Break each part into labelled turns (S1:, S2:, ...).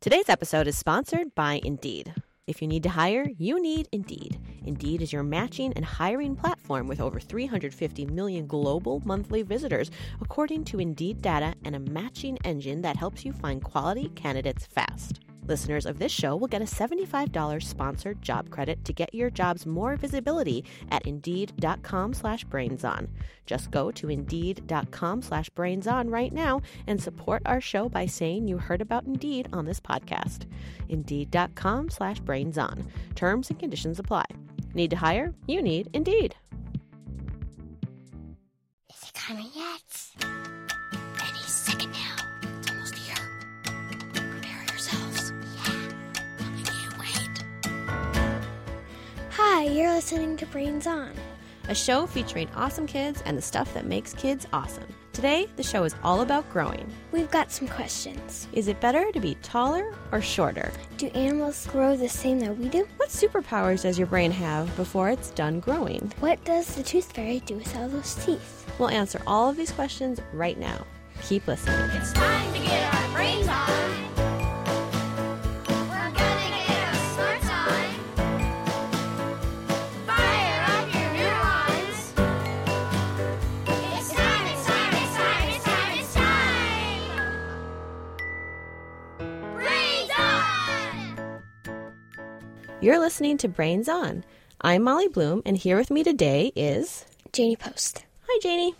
S1: Today's episode is sponsored by Indeed. If you need to hire, you need Indeed. Indeed is your matching and hiring platform with over 350 million global monthly visitors, according to Indeed data, and a matching engine that helps you find quality candidates fast. Listeners of this show will get a $75 sponsored job credit to get your jobs more visibility at Indeed.com slash brains on. Just go to Indeed.com slash brains on right now and support our show by saying you heard about Indeed on this podcast. Indeed.com slash brains on. Terms and conditions apply. Need to hire? You need Indeed.
S2: Is it coming yet? Any second now. It's almost here. Prepare yourselves. Yeah. I can't wait. Hi, you're listening to Brains On.
S1: a show featuring awesome kids and the stuff that makes kids awesome. Today, the show is all about growing.
S2: We've got some questions.
S1: Is it better to be taller or shorter?
S2: Do animals grow the same that we do?
S1: What superpowers does your brain have before it's done growing?
S2: What does the tooth fairy do with all those teeth?
S1: We'll answer all of these questions right now. Keep listening.
S3: It's time to get our brains on. We're gonna get our smarts on. Fire up your neurons. It's time, it's time, it's time, it's time, it's time. Brains on!
S1: You're listening to Brains On. I'm Molly Bloom, and here with me today is.
S2: Janie Post.
S1: Hi, Janie.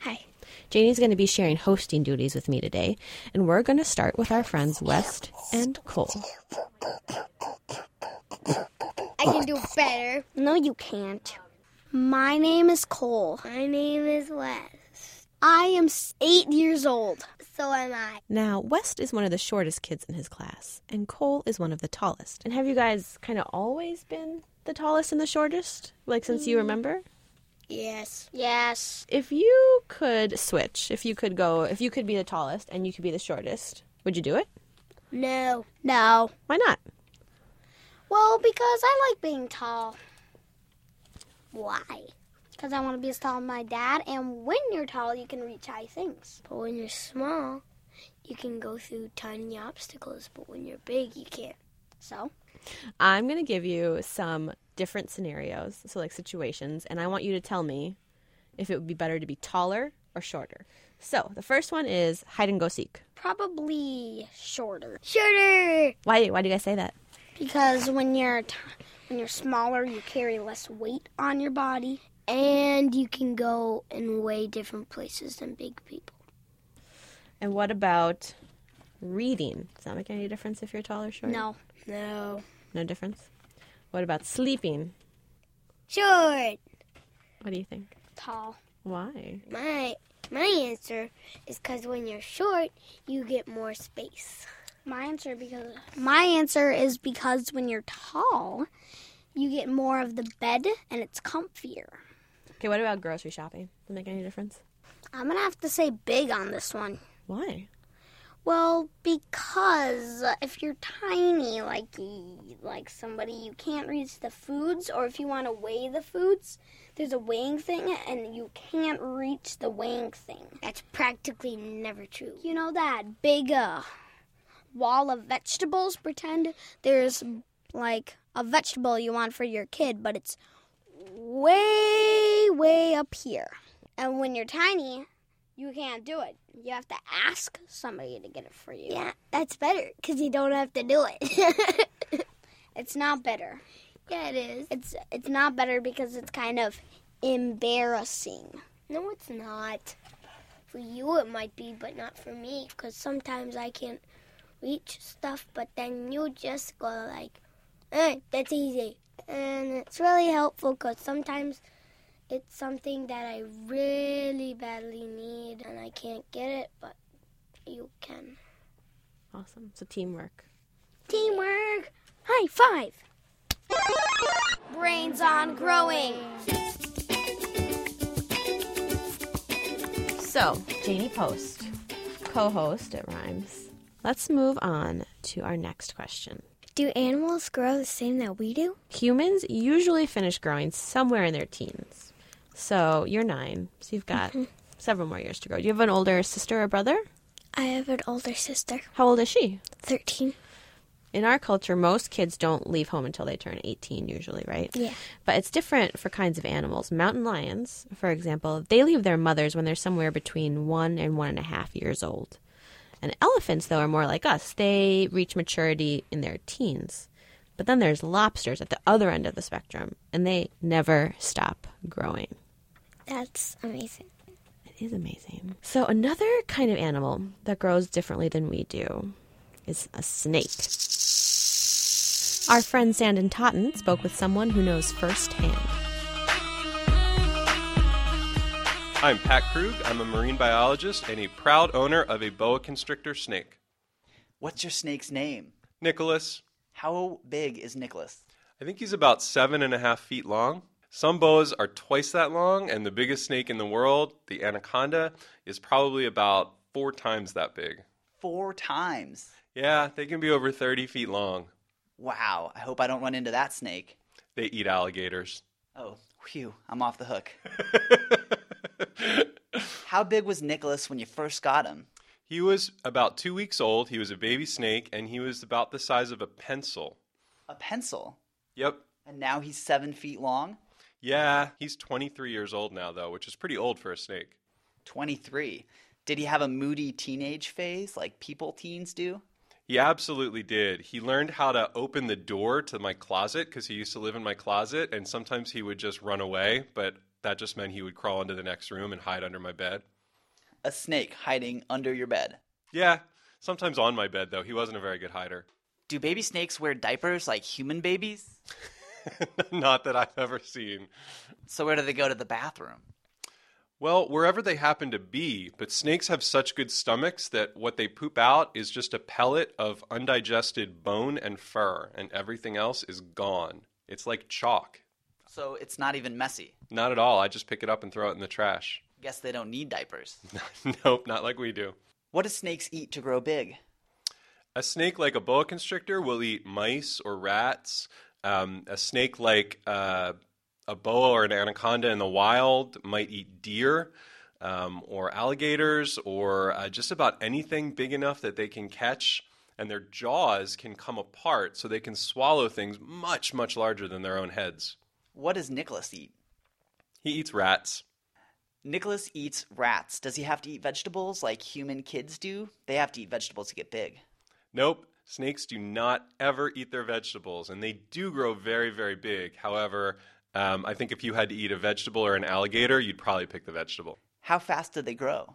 S2: Hi.
S1: Janie's going to be sharing hosting duties with me today, and we're going to start with our friends West and Cole.
S2: I can do better. No, you can't. My name is Cole. My name is Wes. I am s- eight years old. So am I.
S1: Now, West is one of the shortest kids in his class, and Cole is one of the tallest. And have you guys kind of always been the tallest and the shortest, like since
S2: Mm,
S1: you remember?
S2: Yes. Yes.
S1: If you could switch, if you could go, if you could be the tallest and you could be the shortest, would you do it?
S2: No. No.
S1: Why not?
S2: Well, because I like being tall. Why? Because I want to be as tall as my dad, and when you're tall, you can reach high things. But when you're small, you can go through tiny obstacles, but when you're big, you can't. So?
S1: I'm going to give you some different scenarios, so like situations, and I want you to tell me if it would be better to be taller or shorter. So, the first one is hide and go seek.
S2: Probably shorter. Shorter!
S1: Why why do you guys say that?
S2: Because when you're t- when you're smaller, you carry less weight on your body, and you can go in way different places than big people.
S1: And what about reading? Does that make any difference if you're tall or short?
S2: No. No.
S1: No difference? What about sleeping?
S2: Short.
S1: What do you think?
S2: Tall.
S1: Why?
S2: My my answer is because when you're short, you get more space. My answer because my answer is because when you're tall, you get more of the bed and it's comfier.
S1: Okay, what about grocery shopping? Does it make any difference?
S2: I'm gonna have to say big on this one.
S1: Why?
S2: Well, because if you're tiny, like y- like somebody, you can't reach the foods, or if you want to weigh the foods, there's a weighing thing, and you can't reach the weighing thing. That's practically never true. You know that big uh, wall of vegetables? Pretend there's like a vegetable you want for your kid, but it's way way up here. And when you're tiny, you can't do it. You have to ask somebody to get it for you. Yeah, that's better because you don't have to do it. it's not better. Yeah, it is. It's it's not better because it's kind of embarrassing. No, it's not. For you, it might be, but not for me because sometimes I can't reach stuff. But then you just go like, eh, "That's easy," and it's really helpful because sometimes it's something that I really badly need and I can't get it, but you can.
S1: Awesome. So teamwork.
S2: Teamwork! High five! Brains on growing!
S1: So, Janie Post, co-host at Rhymes. Let's move on to our next question.
S2: Do animals grow the same that we do?
S1: Humans usually finish growing somewhere in their teens. So, you're 9, so you've got several more years to grow. Do you have an older sister or brother?
S2: I have an older sister,
S1: How old is she?
S2: 13.
S1: in our culture, most kids don't leave home until they turn 18, usually, right?
S2: Yeah.
S1: But it's different for kinds of animals. Mountain lions, for example, they leave their mothers when they're somewhere between one and one and a half years old. And elephants, though, are more like us. They reach maturity in their teens. But then there's lobsters at the other end of the spectrum, and they never stop growing.
S2: That's amazing.
S1: It is amazing. So, another kind of animal that grows differently than we do is a snake. Our friend Sandon Totten spoke with someone who knows firsthand.
S4: I'm Pat Krug. I'm a marine biologist and a proud owner of a boa constrictor snake.
S5: What's your snake's name?
S4: Nicholas,
S5: How big is Nicholas?
S4: I think he's about seven and a half feet long. Some boas are twice that long, and the biggest snake in the world, the anaconda, is probably about four times that big.
S5: Four times.
S4: Yeah, they can be over 30 feet long.
S5: Wow, I hope I don't run into that snake.
S4: They eat alligators.
S5: Oh, whew, I'm off the hook. How big was Nicholas when you first got him?
S4: He was about two weeks old. He was a baby snake, and he was about the size of a pencil.
S5: A pencil.
S4: Yep.
S5: And now he's seven feet long?
S4: Yeah, he's 23 years old now, though, which is pretty old for a snake.
S5: 23. Did he have a moody teenage phase like people teens do?
S4: He absolutely did. He learned how to open the door to my closet because he used to live in my closet, and sometimes he would just run away, but that just meant he would crawl into the next room and hide under my bed.
S5: A snake hiding under your bed.
S4: Yeah, sometimes on my bed, though. He wasn't a very good hider.
S5: Do baby snakes wear diapers like human babies?
S4: Not that I've ever seen.
S5: So, where do they go to the bathroom?
S4: Well, wherever they happen to be, but snakes have such good stomachs that what they poop out is just a pellet of undigested bone and fur, and everything else is gone. It's like chalk.
S5: So, it's not even messy.
S4: Not at all. I just pick it up and throw it in the trash.
S5: Guess they don't need diapers.
S4: nope, not like we do.
S5: What do snakes eat to grow big?
S4: A snake like a boa constrictor will eat mice or rats. Um, a snake like uh, a boa or an anaconda in the wild might eat deer um, or alligators or uh, just about anything big enough that they can catch. And their jaws can come apart so they can swallow things much, much larger than their own heads.
S5: What does Nicholas eat?
S4: He eats rats.
S5: Nicholas eats rats. Does he have to eat vegetables like human kids do? They have to eat vegetables to get big.
S4: Nope. Snakes do not ever eat their vegetables, and they do grow very, very big. However, um, I think if you had to eat a vegetable or an alligator, you'd probably pick the vegetable.
S5: How fast do they grow?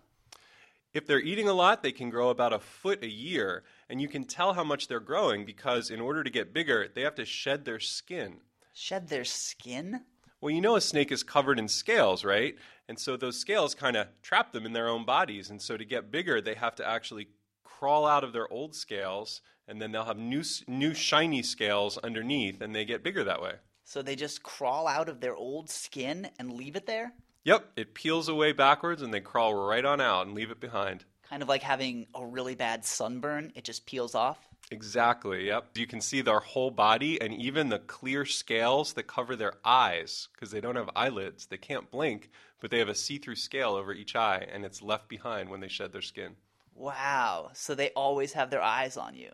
S4: If they're eating a lot, they can grow about a foot a year, and you can tell how much they're growing because in order to get bigger, they have to shed their skin.
S5: Shed their skin?
S4: Well, you know, a snake is covered in scales, right? And so those scales kind of trap them in their own bodies. And so to get bigger, they have to actually crawl out of their old scales, and then they'll have new, s- new shiny scales underneath, and they get bigger that way.
S5: So they just crawl out of their old skin and leave it there?
S4: Yep, it peels away backwards, and they crawl right on out and leave it behind.
S5: Kind of like having a really bad sunburn, it just peels off.
S4: Exactly, yep. You can see their whole body and even the clear scales that cover their eyes because they don't have eyelids. They can't blink, but they have a see through scale over each eye, and it's left behind when they shed their skin.
S5: Wow, so they always have their eyes on you.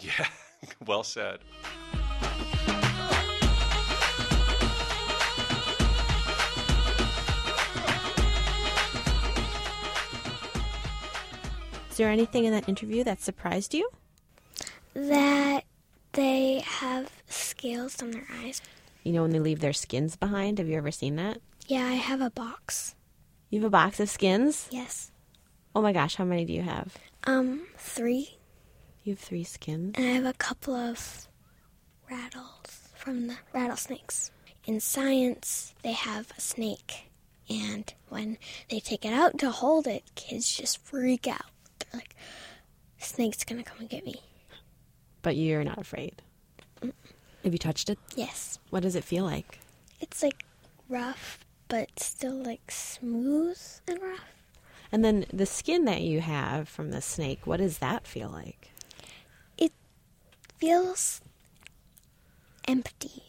S4: Yeah, well said.
S1: Is there anything in that interview that surprised you?
S2: That they have scales on their eyes.
S1: You know, when they leave their skins behind, have you ever seen that?
S2: Yeah, I have a box.
S1: You have a box of skins?
S2: Yes.
S1: Oh my gosh, how many do you have?
S2: Um, three.
S1: You have three skins.
S2: And I have a couple of rattles from the rattlesnakes. In science, they have a snake. And when they take it out to hold it, kids just freak out. They're like, snake's gonna come and get me.
S1: But you're not afraid. Have you touched it?
S2: Yes.
S1: What does it feel like?
S2: It's like rough, but still like smooth and rough.
S1: And then the skin that you have from the snake, what does that feel like?
S2: Feels empty.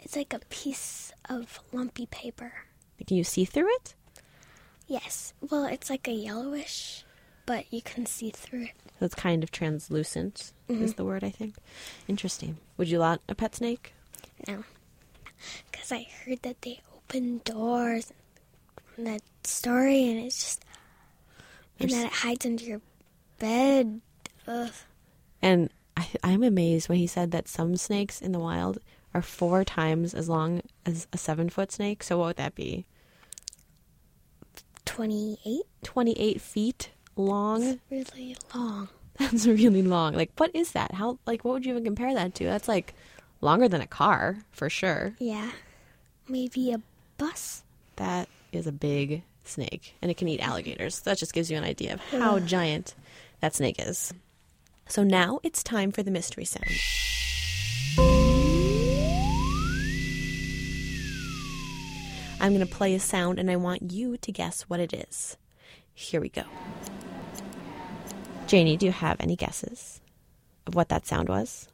S2: It's like a piece of lumpy paper.
S1: Can you see through it?
S2: Yes. Well, it's like a yellowish, but you can see through it.
S1: So So it's kind of translucent, is the word, I think. Interesting. Would you want a pet snake?
S2: No. Because I heard that they open doors in that story, and it's just. And that it hides under your bed. Ugh.
S1: And I, I'm amazed when he said that some snakes in the wild are four times as long as a seven foot snake. So what would that be?
S2: 28?
S1: 28 feet long?
S2: Really long.
S1: That's really long. Like, what is that? How, like, what would you even compare that to? That's like longer than a car, for sure.
S2: Yeah. Maybe a bus?
S1: That is a big snake, and it can eat alligators. That just gives you an idea of how giant that snake is. So now it's time for the mystery sound. I'm going to play a sound, and I want you to guess what it is. Here we go. Janie, do you have any guesses of what that sound was?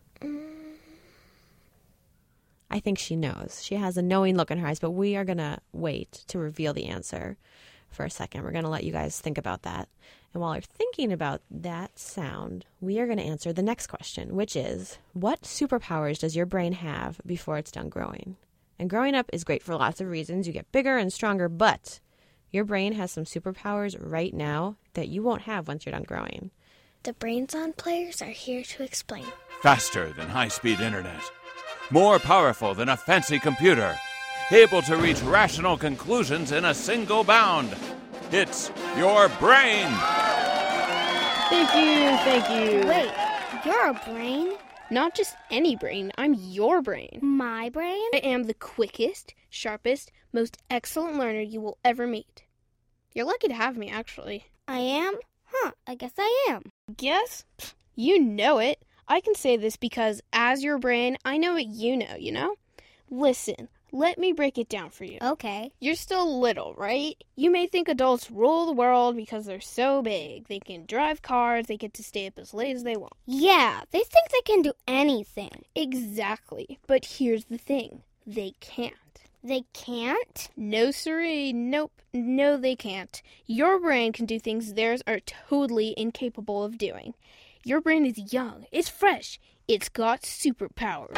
S1: I think she knows. She has a knowing look in her eyes, but we are going to wait to reveal the answer for a second. We're going to let you guys think about that. And while you're thinking about that sound, we are going to answer the next question, which is what superpowers does your brain have before it's done growing? And growing up is great for lots of reasons. You get bigger and stronger, but your brain has some superpowers right now that you won't have once you're done growing.
S2: The Brains On players are here to explain.
S6: faster than high speed internet, more powerful than a fancy computer, able to reach rational conclusions in a single bound. It's your brain!
S1: Thank you, thank you.
S2: Wait, you're a brain?
S7: Not just any brain, I'm your brain.
S2: My brain?
S7: I am the quickest, sharpest, most excellent learner you will ever meet. You're lucky to have me, actually.
S2: I am? Huh, I guess I am.
S7: Guess? Pfft, You know it. I can say this because, as your brain, I know what you know, you know? Listen, let me break it down for you.
S2: Okay.
S7: You're still little, right? You may think adults rule the world because they're so big. They can drive cars, they get to stay up as late as they want.
S2: Yeah, they think they can do anything.
S7: Exactly. But here's the thing they can't.
S2: They can't?
S7: No, siree. Nope. No, they can't. Your brain can do things theirs are totally incapable of doing. Your brain is young. It's fresh. It's got superpowers.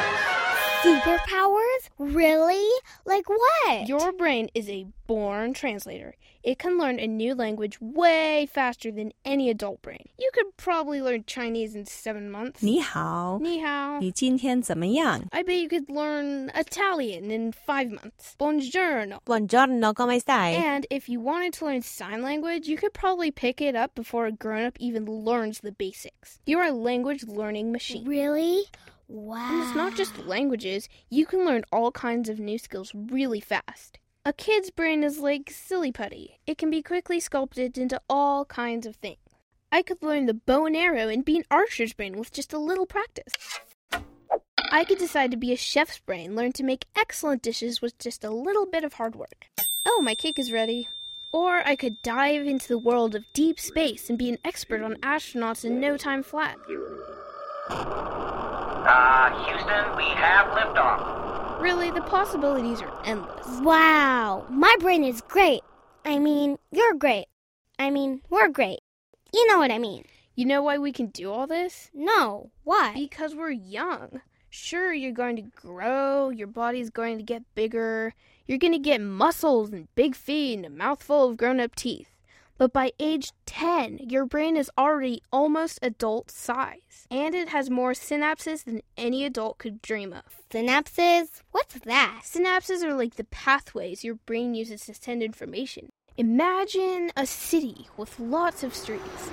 S2: Superpowers? Really? Like what?
S7: Your brain is a born translator. It can learn a new language way faster than any adult brain. You could probably learn Chinese in seven months.
S8: 你好，
S7: Ni hao.
S8: 你今天怎么样？
S7: I bet you could learn Italian in five months. Buongiorno.
S1: Buongiorno, come stai?
S7: And if you wanted to learn sign language, you could probably pick it up before a grown up even learns the basics. You're a language learning machine.
S2: really? Wow.
S7: And it's not just languages, you can learn all kinds of new skills really fast. A kid's brain is like silly putty, it can be quickly sculpted into all kinds of things. I could learn the bow and arrow and be an archer's brain with just a little practice. I could decide to be a chef's brain, learn to make excellent dishes with just a little bit of hard work. Oh, my cake is ready. Or I could dive into the world of deep space and be an expert on astronauts in no time flat.
S9: Uh, Houston, we have liftoff.
S7: Really, the possibilities are endless.
S2: Wow. My brain is great. I mean, you're great. I mean, we're great. You know what I mean.
S7: You know why we can do all this?
S2: No. Why?
S7: Because we're young. Sure, you're going to grow, your body's going to get bigger, you're going to get muscles and big feet and a mouthful of grown up teeth. But by age 10, your brain is already almost adult size, and it has more synapses than any adult could dream of.
S2: Synapses? What's that?
S7: Synapses are like the pathways your brain uses to send information. Imagine a city with lots of streets.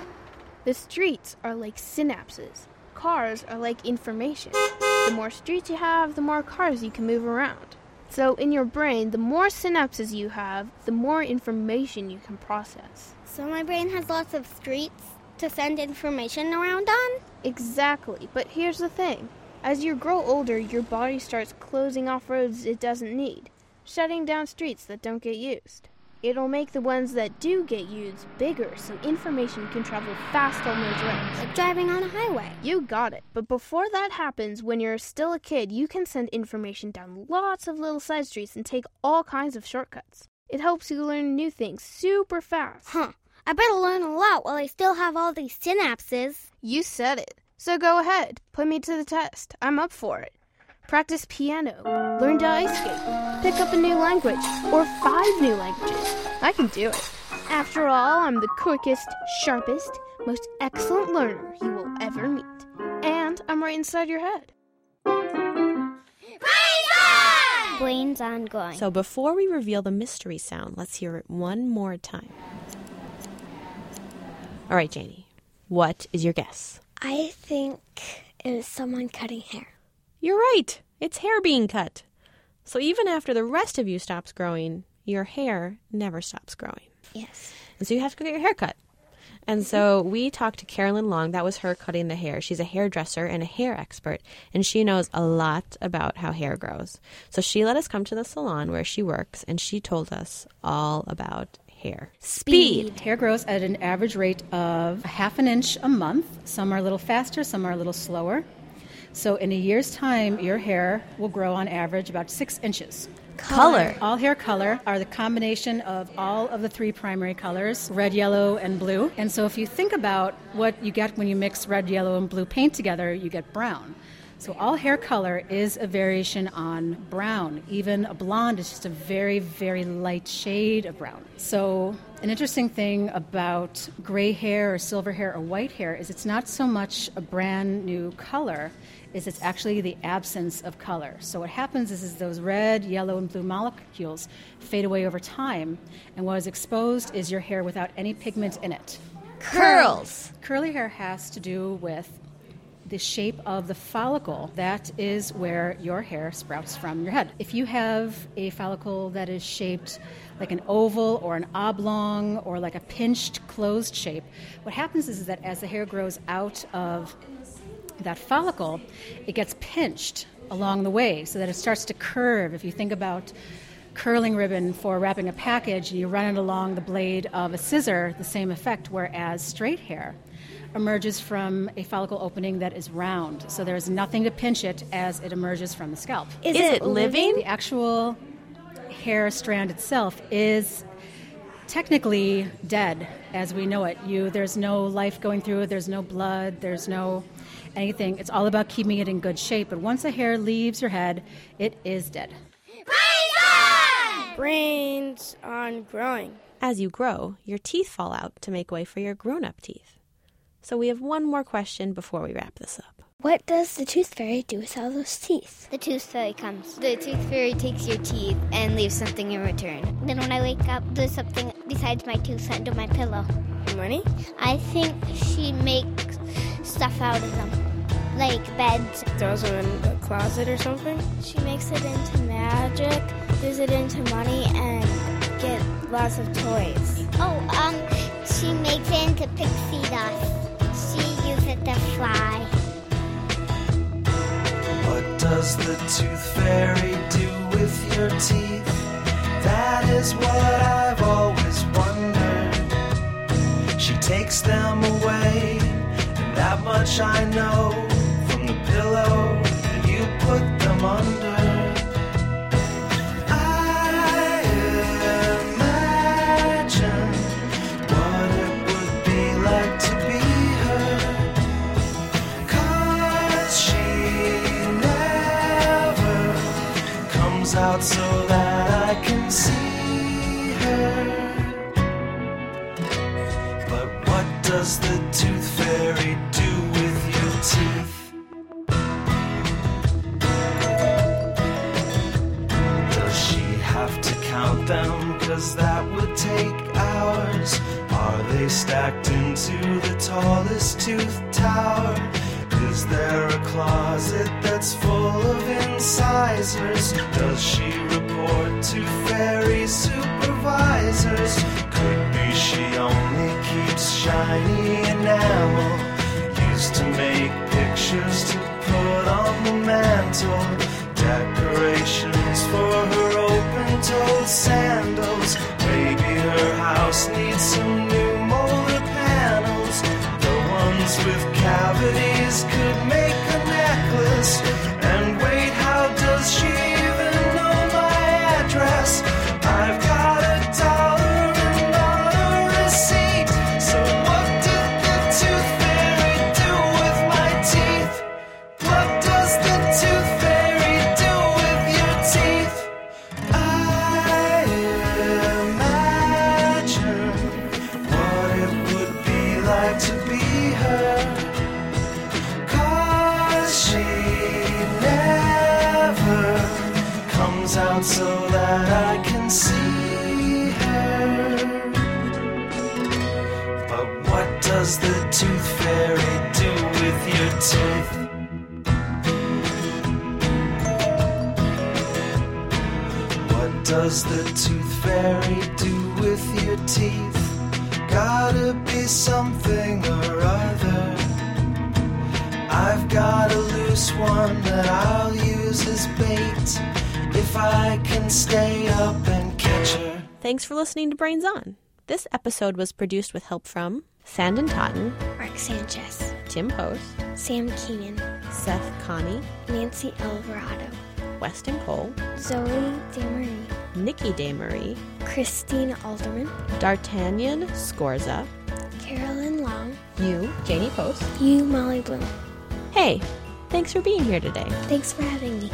S7: The streets are like synapses. Cars are like information. The more streets you have, the more cars you can move around. So, in your brain, the more synapses you have, the more information you can process.
S2: So my brain has lots of streets to send information around on?
S7: Exactly, but here's the thing. As you grow older, your body starts closing off roads it doesn't need, shutting down streets that don't get used. It'll make the ones that do get used bigger so information can travel fast on those roads.
S2: Like driving on a highway.
S7: You got it, but before that happens, when you're still a kid, you can send information down lots of little side streets and take all kinds of shortcuts. It helps you learn new things super fast.
S2: Huh. I better learn a lot while I still have all these synapses.
S7: You said it. So go ahead. Put me to the test. I'm up for it. Practice piano, learn to ice skate, pick up a new language, or five new languages. I can do it. After all, I'm the quickest, sharpest, most excellent learner you will ever meet. And I'm right inside your head.
S2: Blame's ongoing.
S1: So before we reveal the mystery sound, let's hear it one more time. All right, Janie, what is your guess?
S2: I think it was someone cutting hair.
S1: You're right. It's hair being cut. So even after the rest of you stops growing, your hair never stops growing.
S2: Yes.
S1: And so you have to go get your hair cut. And so we talked to Carolyn Long. That was her cutting the hair. She's a hairdresser and a hair expert, and she knows a lot about how hair grows. So she let us come to the salon where she works, and she told us all about hair. Speed.
S10: Hair grows at an average rate of a half an inch a month. Some are a little faster, some are a little slower. So, in a year's time, your hair will grow on average about six inches.
S1: Color.
S10: All hair color are the combination of all of the three primary colors red, yellow, and blue. And so, if you think about what you get when you mix red, yellow, and blue paint together, you get brown. So, all hair color is a variation on brown. Even a blonde is just a very, very light shade of brown. So, an interesting thing about gray hair or silver hair or white hair is it's not so much a brand new color is it's actually the absence of color. So what happens is, is those red, yellow, and blue molecules fade away over time, and what is exposed is your hair without any pigment in it.
S1: Curls.
S10: Curly hair has to do with the shape of the follicle. That is where your hair sprouts from your head. If you have a follicle that is shaped like an oval or an oblong or like a pinched closed shape, what happens is that as the hair grows out of that follicle, it gets pinched along the way so that it starts to curve. If you think about curling ribbon for wrapping a package and you run it along the blade of a scissor, the same effect, whereas straight hair emerges from a follicle opening that is round. So there's nothing to pinch it as it emerges from the scalp.
S1: Is, it living?
S10: The actual hair strand itself is technically dead as we know it. You there's no life going through it, there's no blood, there's no anything. It's all about keeping it in good shape, but once a hair leaves your head, it is dead.
S7: Brains on growing.
S1: As you grow, your teeth fall out to make way for your grown up teeth. So we have one more question before we wrap this up.
S2: What does the tooth fairy do with all those teeth?
S11: The tooth fairy comes. The tooth fairy takes your teeth and leaves something in return.
S2: Then when I wake up, there's something besides my tooth under my pillow.
S7: Money?
S2: I think she makes stuff out of them, like beds.
S7: Throws them in a closet or something?
S2: She makes it into magic, turns it into money, and get lots of toys. Oh, um, she makes it into pixie dust. She uses it to fly.
S12: What does the tooth fairy do with your teeth? That is what I've always wondered. She takes them away, and that much I know from the pillow that you put them under. I imagine what it would be like to be her. Cause she never comes out so that I can see her. But what does the tooth fairy do with your teeth? Does she have to count them? Cause that would take hours. Are they stacked into the tallest tooth tower? Is there a closet that's full of incisors? Does she report to fairy supervisors? Could be she only keeps shiny enamel used to make pictures to put on the mantle. Decorations for her open toed sandals. Maybe her house needs some new molded panels. The ones with cavities could make a necklace. And wait, how does she even know my address? I've got a dollar and not a receipt. turns out so that I can see her. But what does the tooth fairy do with your tooth? What does the tooth fairy do with your teeth? Gotta be something or other. I've got a loose one that I'll use as bait if I can stay up and catch her.
S1: Thanks for listening to Brains On. This episode was produced with help from Sandon Totten,
S2: Mark Sanchez,
S1: Tim Post,
S2: Sam Keenan,
S1: Seth Connie,
S2: Nancy Alvarado,
S1: Weston Cole,
S2: Zoe DeMarie,
S1: Nikki DeMarie,
S2: Christine Alderman,
S1: D'Artagnan Scorza,
S2: Carolyn Long,
S1: you, Janie Post.
S2: you, Molly Bloom.
S1: Hey, thanks for being here today.
S2: Thanks for having me.